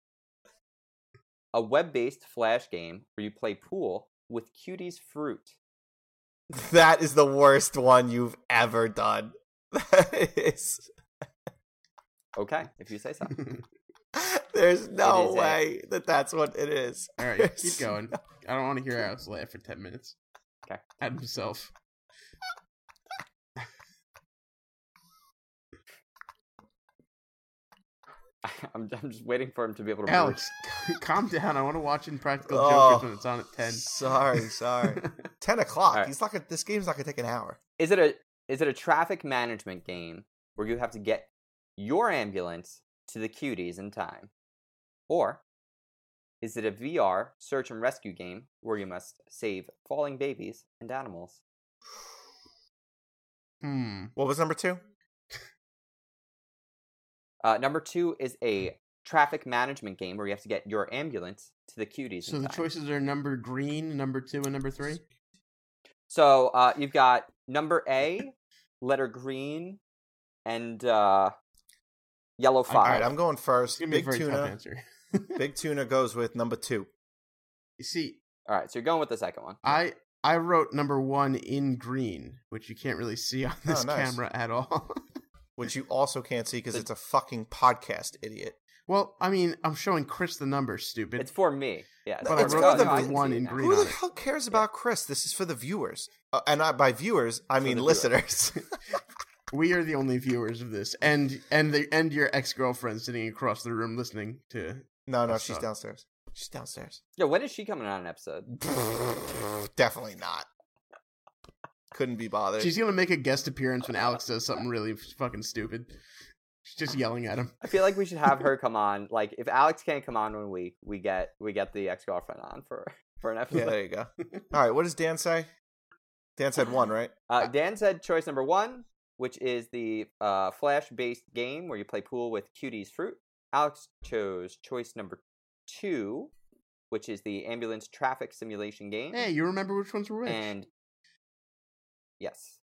A: a web-based flash game where you play pool with cuties fruit?
B: That is the worst one you've ever done. That is
A: Okay, if you say so.
B: There's
A: It
B: no
A: is A.
B: way that that's what it is.
C: All right, keep going. I don't want to hear Alex laugh for ten minutes.
A: Okay.
C: At himself.
A: I'm, I'm just waiting for him to be able to. breathe.
C: Alex, calm down. I want to watch Impractical
B: Oh.
C: Jokers when it's on at ten.
B: Sorry, sorry. Ten o'clock.
A: Alright.
B: He's not gonna, this game's not gonna take an hour.
A: is it a is it a traffic management game where you have to get your ambulance to the cuties in time or is it a vr search and rescue game where you must save falling babies and animals
C: Hmm.
B: What was number two?
A: uh, number two is a traffic management game where you have to get your ambulance to the cuties
C: So
A: in
C: the
A: time.
C: choices are number green, number two, and number three.
A: so uh, you've got number a letter green and uh, yellow
C: All
A: five
B: All right, I'm going first.
C: It's gonna be a
B: Big
C: very
B: tuna.
C: tough answer.
B: Big tuna goes with number two.
C: You see,
A: all right so you're going with the second one
C: I I wrote number one in green, which you can't really see on this
B: Oh, nice.
C: camera at all.
B: which you also can't see because
A: The-
B: it's a fucking podcast, idiot.
C: well, I mean, I'm showing Chris the number, stupid.
A: It's for me. Yeah.
B: But
A: it's
B: I
A: for
B: wrote
A: no, I
B: the
A: can
C: one
A: see it
C: in
A: now.
C: green.
B: Who the
C: on it.
B: hell cares about Chris? This is for the viewers, uh, and I, by viewers I mean
A: the
B: listeners.
C: we are the only viewers of this, and and the and your ex girlfriend sitting across the room listening to.
B: no, no,
C: That's
B: she's
C: not-
B: downstairs. She's downstairs.
A: Yeah, when is she coming on an episode?
B: Definitely not. Couldn't be bothered.
C: She's gonna make a guest appearance when Alex does something really fucking stupid. She's just yelling at him.
A: I feel like we should have her come on. Like if Alex can't come on one week, we get we get the ex girlfriend on for for an
B: yeah,
A: episode.
B: there you go. All right, what does Dan say? Dan said one, right?
A: Uh, Dan said choice number one, which is the uh, flash based game where you play pool with cuties fruit. Alex chose choice number two, which is the ambulance traffic simulation game.
C: Hey, you remember which ones were which?
A: And yes,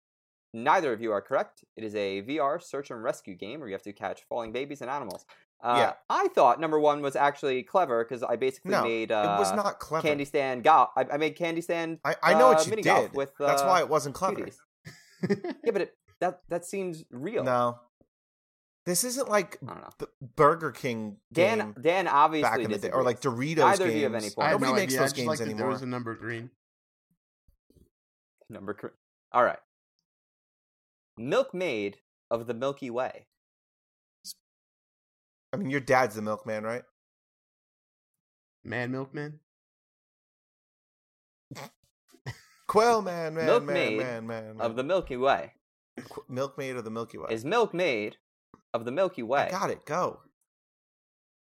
A: neither of you are correct. It is a VR search and rescue game where you have to catch falling babies and animals. Uh,
B: Yeah.
A: I thought number one was actually clever because I basically
B: No,
A: made uh,
B: it was not clever.
A: candy stand golf. I, I made candy stand.
B: I, I know
A: uh,
B: what you
A: mini golf
B: did.
A: with,
B: That's
A: uh,
B: why it wasn't clever.
A: cuties. yeah, but it, that that seems real.
B: No, this isn't like
A: I don't know.
B: B- Burger King game
A: Dan Dan obviously
B: back in the day, or
A: disagrees.
B: like Doritos.
A: Neither
B: games.
A: of you have any
C: I
A: points.
C: had
B: Nobody
C: no
B: makes
C: idea. I
B: those
C: just
B: games
C: liked that there
B: anymore.
C: was a number green.
A: number. cor- All right, Milkmaid of the Milky Way.
B: I mean, your dad's the milkman, right?
C: Man, milkman.
B: Quail man, man,
A: Milkmaid
B: man, man, man, man.
A: Of the Milky Way
B: Qu- milkmaid of the Milky Way.
A: is Milkmaid of the Milky Way.
B: I got it. Go.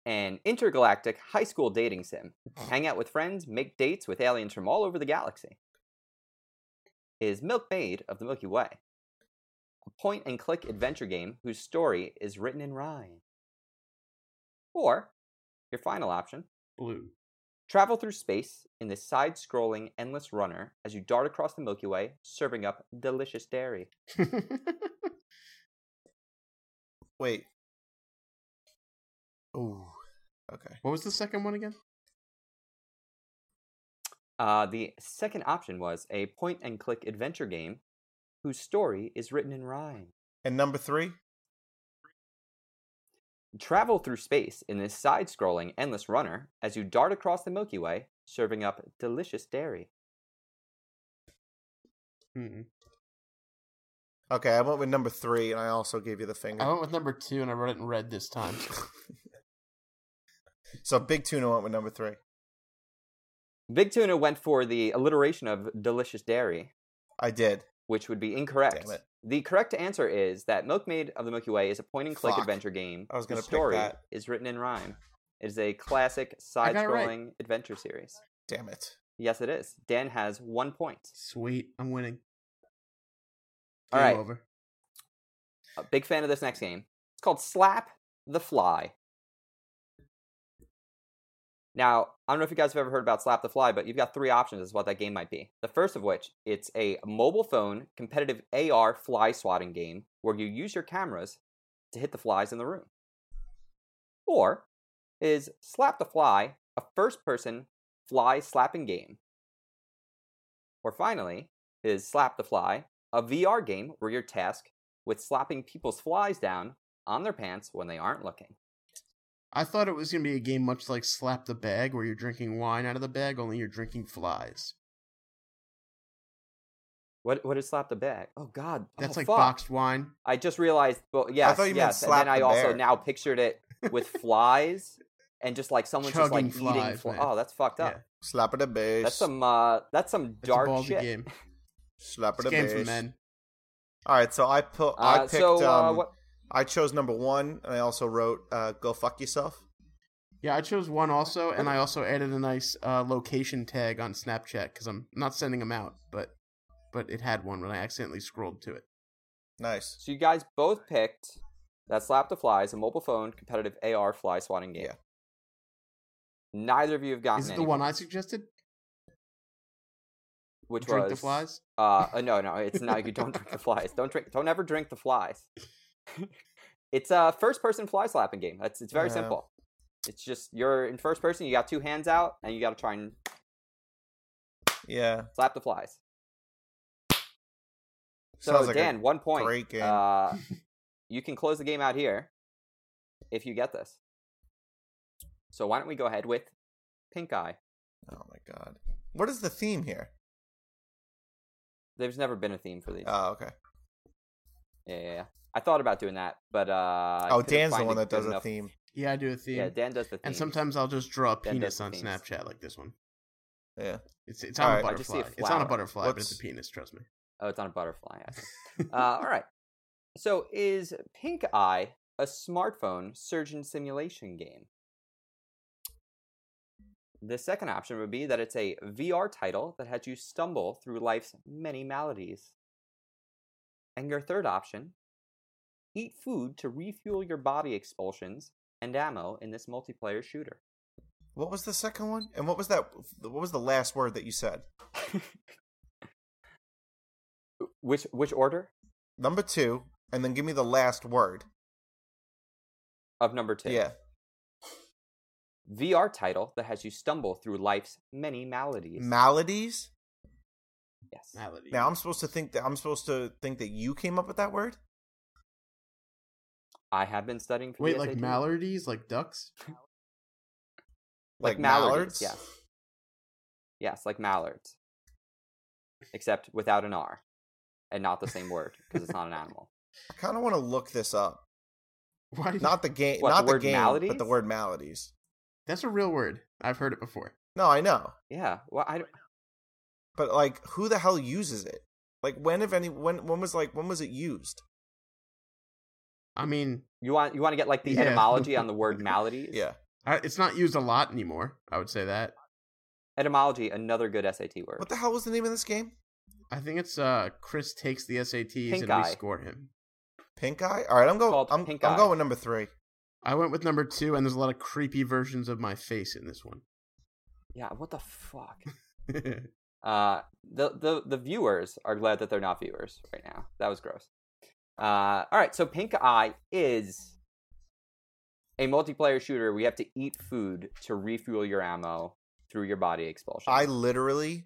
A: an intergalactic high school dating sim. Hang out with friends, make dates with aliens from all over the galaxy. Is Milkmaid of the Milky Way a point and click adventure game whose story is written in rhyme? Or, your final option,
C: Blue.
A: travel through space in the side scrolling endless runner as you dart across the Milky Way, serving up delicious dairy.
B: Wait. Ooh. Okay.
C: what was the second one again?
A: Uh, the second option was a point and click adventure game whose story is written in rhyme.
B: And number three.
A: Travel through space in this side scrolling endless runner as you dart across the Milky Way, serving up delicious dairy.
C: Mm-mm.
B: Okay, I went with number three, and I also gave you the
C: I
B: finger.
C: went with number two, and I wrote it in red this time.
B: So Big Tuna went with number three.
A: Big Tuna went for the alliteration of delicious dairy,
B: I did.
A: which would be incorrect.
B: Damn it.
A: The correct answer is that Milkmaid of the Milky Way is a point and click
B: Fuck.
A: adventure game.
B: I was gonna
A: whose
B: pick
A: story
B: that.
A: is written in rhyme. It is a classic side
C: got it right.
A: scrolling adventure series.
B: Damn it.
A: Yes, it is. Dan has one point.
C: Sweet, I'm winning.
A: All
C: Game
A: right.
C: over.
A: A big fan of this next game. It's called Slap the Fly. Now, I don't know if you guys have ever heard about Slap the Fly, but you've got three options as to what that game might be. The first of which, it's a mobile phone competitive AR fly swatting game where you use your cameras to hit the flies in the room. Or is Slap the Fly a first person fly slapping game? Or finally, is Slap the Fly a VR game where your task with slapping people's flies down on their pants when they aren't looking.
C: I thought it was gonna be a game much like Slap the Bag, where you're drinking wine out of the bag, only you're drinking flies.
A: What what is slap the bag? Oh God,
C: That's
A: oh,
C: like
A: fuck.
C: boxed wine.
A: I just realized. Well, yes,
B: thought you meant
A: yes,
B: slap
A: and then I
B: the
A: also
B: bear.
A: now pictured it with flies and just like someone's just like
C: Chugging
A: eating.
C: flies,
A: Fl-
C: man.
A: oh, that's fucked up.
C: Yeah.
B: Slap it a base.
A: That's some uh, that's some
C: It's a
A: dark
C: ballsy
A: shit.
C: game.
B: Slap
C: It's
B: it
C: a
B: a
C: game for
B: base.
C: men.
B: All right, so I put. I
A: Uh,
B: picked.
A: so uh,
B: um,
A: what?
B: I chose number one, and I also wrote uh, "Go fuck yourself."
C: Yeah, I chose one also, and I also added a nice uh, location tag on Snapchat because I'm not sending them out, but but it had one when I accidentally scrolled to it.
B: Nice.
A: So you guys both picked that slap the flies, a mobile phone competitive AR fly swatting game.
B: Yeah.
A: Neither of you have gotten
C: Is it the
A: any,
C: one I suggested?
A: which
C: Drink
A: was
C: the flies.
A: Uh, uh, no, no, it's not. You don't drink the flies. Don't drink. Don't ever drink the flies. it's a first-person fly slapping game. That's it's very
B: Yeah.
A: simple. It's just you're in first person. You got two hands out, and you got to try and
B: Yeah,
A: slap the flies. So
B: Sounds like a
A: Dan, one point.
B: great game.
A: Uh, you can close the game out here if you get this. So why don't we go ahead with Pink Eye?
B: oh my god, what is the theme here?
A: There's never been a theme for these.
B: Oh, okay.
A: yeah, yeah, yeah. I thought about doing that, but uh, I
B: oh,
A: couldn't
B: Dan's the
A: find
B: one
A: a
B: that
A: good
B: does a
A: enough-
B: theme.
C: Yeah, I do a theme.
A: Yeah, Dan does the theme.
C: and sometimes I'll just draw a
A: Dan does
C: penis
A: the
C: on
A: themes.
C: Snapchat like this one.
B: Yeah.
C: It's it's on a
B: Alright,
A: I just see a
C: butterfly. It's on a
A: flower.
C: butterfly, but it's a
B: What's-
C: penis. Trust me.
A: Oh, it's on a butterfly. I see. uh, all right. So, is Pink Eye a smartphone surgeon simulation game? The second option would be that it's a VR title that had you stumble through life's many maladies. And your third option eat food to refuel your body expulsions and ammo in this multiplayer shooter.
B: What was the second one? And what was that? What was the last word that you said?
A: Which which order
B: Number two, and then give me the last word.
A: of number 2?
B: Yeah.
A: VR title that has you stumble through life's many maladies.
B: Maladies.
A: yes.
C: Malady.
B: Now I'm supposed to think that I'm supposed to think that you came up with that word.
A: I have been studying for
C: Wait,
A: the
C: like
A: SAT.
C: maladies, like ducks?
A: Like mallards, yes. Yes, like mallards. Except without an R and not the same word because it's not an animal.
B: I kind of want to look this up.
C: Why? do you-
B: Not the game.
A: What,
B: not
A: the
B: the,
A: word
B: game,
A: maladies?
B: but the word maladies.
C: That's a real word. I've heard it before.
B: No, I know,
A: Yeah. Well, I, don't-
B: but like, who the hell uses it? Like, when if any, when when was like when was it used?
C: I mean,
A: you want you want to get like the
C: Yeah.
A: etymology on the word maladies?
B: Yeah,
C: I, it's not used a lot anymore. I would say that.
A: Etymology, another good SAT word.
B: what the hell was the name of this game?
C: I think it's uh Chris takes the SATs
A: Pink
C: and
A: eye.
C: we score him.
B: Pink Eye. All right, I'm going.
A: Called
B: I'm,
A: Pink
B: I'm
A: Eye.
B: going with number three.
C: I went with number two, and there's a lot of creepy versions of my face in this one.
A: yeah. What the fuck? Uh, the the the viewers are glad that they're not viewers right now. That was gross. Uh, all right, so Pink Eye is a multiplayer shooter. We have to eat food to refuel your ammo through your body expulsion.
B: I literally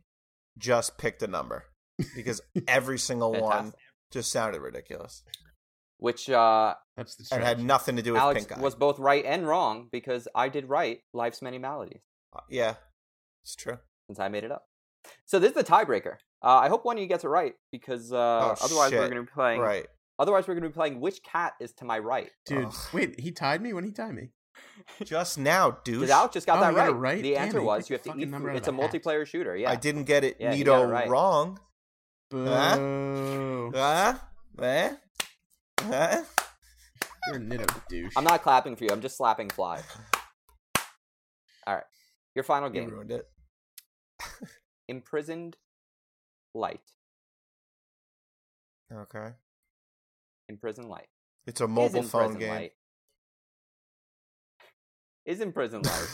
B: just picked a number because every single one
A: Fantastic.
B: just sounded ridiculous
A: which uh,
C: That's the
B: and had
C: strategy.
B: nothing to do with
A: Alex
B: Pink Eye.
A: was both right and wrong because I did right. Life's many maladies.
B: Uh, yeah, it's true.
A: since I made it up. So this is the tiebreaker. Uh, I hope one of you gets it right because uh, otherwise we're
B: Oh,
A: going
B: shit.
A: to be playing.
B: Right.
A: Otherwise we're going to be playing which cat is to my right.
C: Dude,
B: Ugh.
C: wait, he tied me. When he tied me,
B: Just now, douche.
A: Did Alex just got
C: Oh,
A: that
C: you got
A: right?
C: it right?
A: The
C: Damn,
A: answer
C: you
A: was
C: picked
A: you have to
C: the fucking
A: eat
C: number
A: food.
C: out
A: It's a
C: of a hat.
A: multiplayer shooter. Yeah.
B: I didn't get it.
A: Yeah, he
B: Nito
A: got it right.
B: wrong.
C: boo!
B: Huh? Huh? Huh? Huh?
C: You're a nitto douche.
A: I'm not clapping for you. I'm just slapping flies. All right. Your final
B: You
A: game.
B: ruined it.
A: Imprisoned Light.
B: Okay.
A: Imprisoned Light.
B: It's a
A: Is
B: mobile phone
A: Imprisoned
B: game.
A: Light. Is Imprisoned Light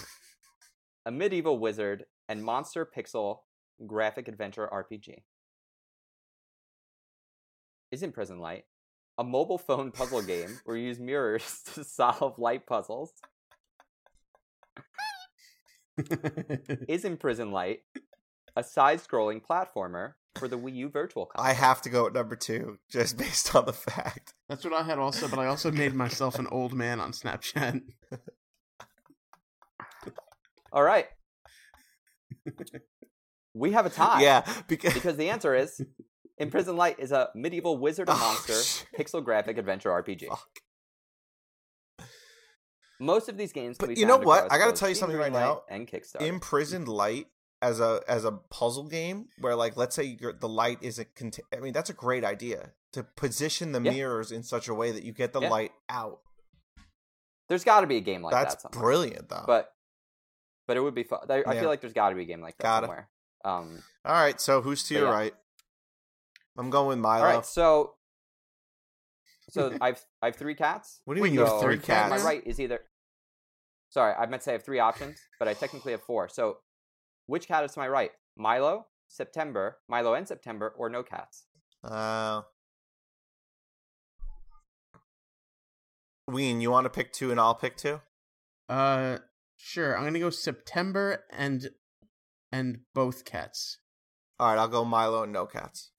A: a medieval wizard and monster pixel graphic adventure RPG. Isn't Prison Light a mobile phone puzzle game where you use mirrors to solve light puzzles? Isn't Prison Light a side scrolling platformer for the Wii U Virtual Console?
B: I have to go at number two just based on the fact.
C: That's what I had also, but I also made myself an old man on Snapchat.
A: All right. we have a tie.
B: Yeah, because
A: Because the answer is Prison Light is a medieval wizard and
B: Oh,
A: monster
B: shit.
A: pixel graphic adventure RPG.
B: Fuck.
A: Most of these games. Can
B: But
A: be
B: you know
A: found
B: what?
A: across
B: I gotta
A: both
B: tell you something
A: Steam
B: right now.
A: Greenlight And Kickstarter.
B: Imprisoned Light as a as a puzzle game where like let's say you the light isn't cont- I mean that's a great idea to position the
A: Yeah.
B: mirrors in such a way that you get the
A: Yeah.
B: light out.
A: there's got to be a game like
B: that's
A: that. somewhere.
B: brilliant though.
A: But but it would be fun. I, I
B: Yeah.
A: feel like there's got to be a game like that
B: Gotta.
A: somewhere. Um.
B: All right, so who's to
A: But
B: your
A: yeah.
B: right? I'm going with Milo.
A: All right. So so I've I have three cats.
B: What do you
C: Wait,
B: mean
C: you
B: you
A: have
B: have three
C: three cats?
A: My
B: cats?
C: Yeah.
A: right is either. Sorry, I meant to say I have three options, but I technically have four. So, which cat is to my right? Milo, September, Milo and September, or no cats?
B: Uh, Ween, you want to pick two and I'll pick two?
C: Uh, sure. I'm gonna go September and and both cats.
B: All right, I'll go Milo and no cats.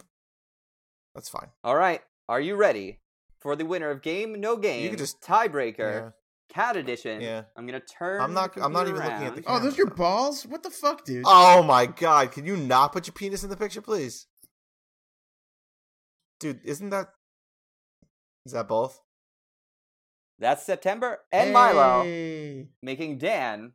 B: That's fine.
A: All right, are you ready for the winner of game no game?
B: could just-
A: tiebreaker cat edition.
B: Yeah.
A: I'm gonna turn.
B: I'm not-
A: the
B: I'm not
A: computer
B: even looking at the
A: around.
C: Oh, those are your balls? What the fuck, dude?
A: Uh,
B: Oh my god, can you not put your penis in the picture, please? Dude, isn't that is that both? Oh
A: That's September and Milo
C: Hey.
A: making Dan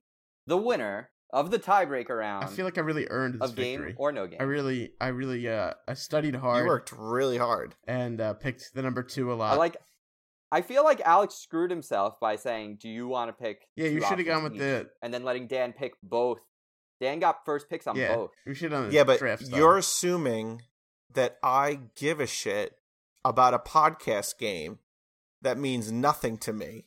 A: the winner of the tiebreaker round
C: I feel like I really earned
A: of
C: this
A: Um, game
C: victory.
A: or no game.
C: I really, I really, uh, I studied hard
B: You worked really hard.
C: and uh, picked the number two a lot.
A: I like. I feel like Alex screwed himself by saying, "Do you want to pick?"
C: Yeah, you
A: two
C: should have gone
A: options
C: with
A: each?"
C: the.
A: and then letting Dan pick both. Dan got first picks on
C: Yeah,
A: both.
C: we should have.
B: Yeah, but
C: draft style.
B: you're assuming that I give a shit about a podcast game that means nothing to me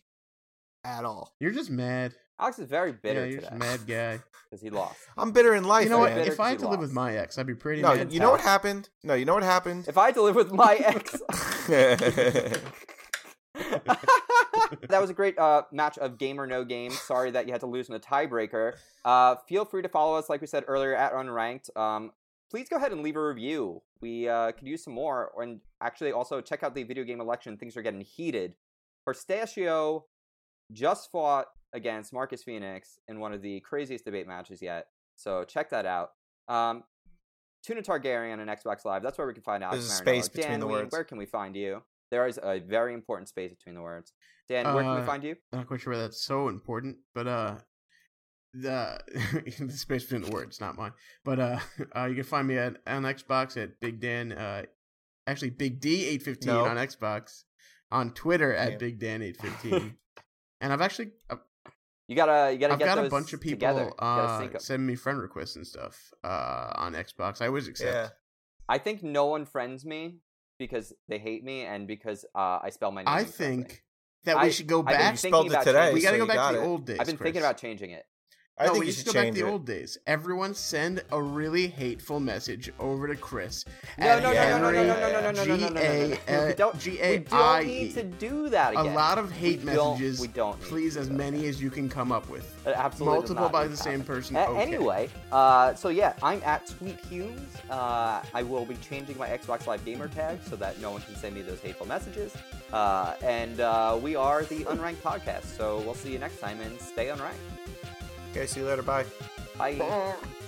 B: at all.
C: You're just mad.
A: Alex is very bitter
C: yeah, you're
A: today
C: just mad guy.
A: because he lost.
B: I'm bitter in life.
C: you know what?
B: man.
A: Bitter
C: If I had
A: 'cause
C: to
A: you
C: live with
A: lost.
C: my ex, I'd be pretty
B: No,
C: mad.
B: you know what happened? No, you know what happened?
A: If I had to live with my ex, that was a great uh, match of game or no game. Sorry that you had to lose in a tiebreaker. Uh, feel free to follow us, like we said earlier, at Unranked. Um, please go ahead and leave a review. We uh, could use some more. And actually, also check out the video game election. Things are getting heated. Pistachio just fought against Marcus Phoenix in one of the craziest debate matches yet. So check that out. Um, Tuna Targaryen on Xbox Live. That's where we can find out.
B: There's a space between
A: Dan
B: the
A: Ween,
B: words.
A: Where can we find you? There is a very important space between the words. Dan, where can we
C: Uh,
A: find you?
C: I'm not quite sure why that's so important, but uh, the the space between the words, not mine. But uh, uh you can find me at on Xbox at Big Dan. Uh, actually, Big D eight fifteen
B: No.
C: on Xbox, on Twitter at
B: Yeah.
C: Big Dan eight fifteen, and I've actually I've,
A: You gotta, you gotta
C: I've
A: get
C: got a
A: those
C: bunch of
A: together.
C: people
A: You gotta
C: uh
A: sync 'em.
C: send me friend requests and stuff uh on Xbox. I always accept.
B: Yeah.
A: I think no one friends me because they hate me and because uh, I spell my name.
C: I
A: incorrectly.
C: think that
A: I-
C: we should go
A: I've been
C: back.
A: thinking
B: spelled it
A: about
B: today,
A: changing-
C: We
B: so
C: gotta go
B: you
C: back
B: got
C: to the
B: it.
C: old days.
A: I've been thinking
C: Chris.
A: about changing it.
B: I
C: no,
B: think
C: we
B: you
C: should
B: should
C: go back
B: change
C: to the
B: it.
C: old days. Everyone send a really hateful message over to Chris.
A: No,
C: at
A: no,
B: no, no, no,
C: Henry
B: no, no, no,
A: no, no, no, no, no, no, no.
C: G A-
A: We don't-
C: G
A: We
C: A I
A: don't need to
C: E.
A: do that
C: A
A: again.
C: lot of hate
A: We don't-
C: messages.
A: we don't need
C: Please,
A: to
C: as
A: do that.
C: many as you can come up with.
A: It absolutely does
C: Multiple
A: not
C: by
A: need
C: the
A: to
C: same
A: happen.
C: person,
A: A-
C: okay.
A: Anyway, uh, so yeah, I'm at Sweet Humes. Uh, I will be changing my Xbox Live gamer tag so that no one can send me those hateful messages. Uh, and uh, we are the Unranked Podcast, so we'll see you next time and stay unranked.
B: Okay, see you later. Bye.
A: Bye.
C: Bonk.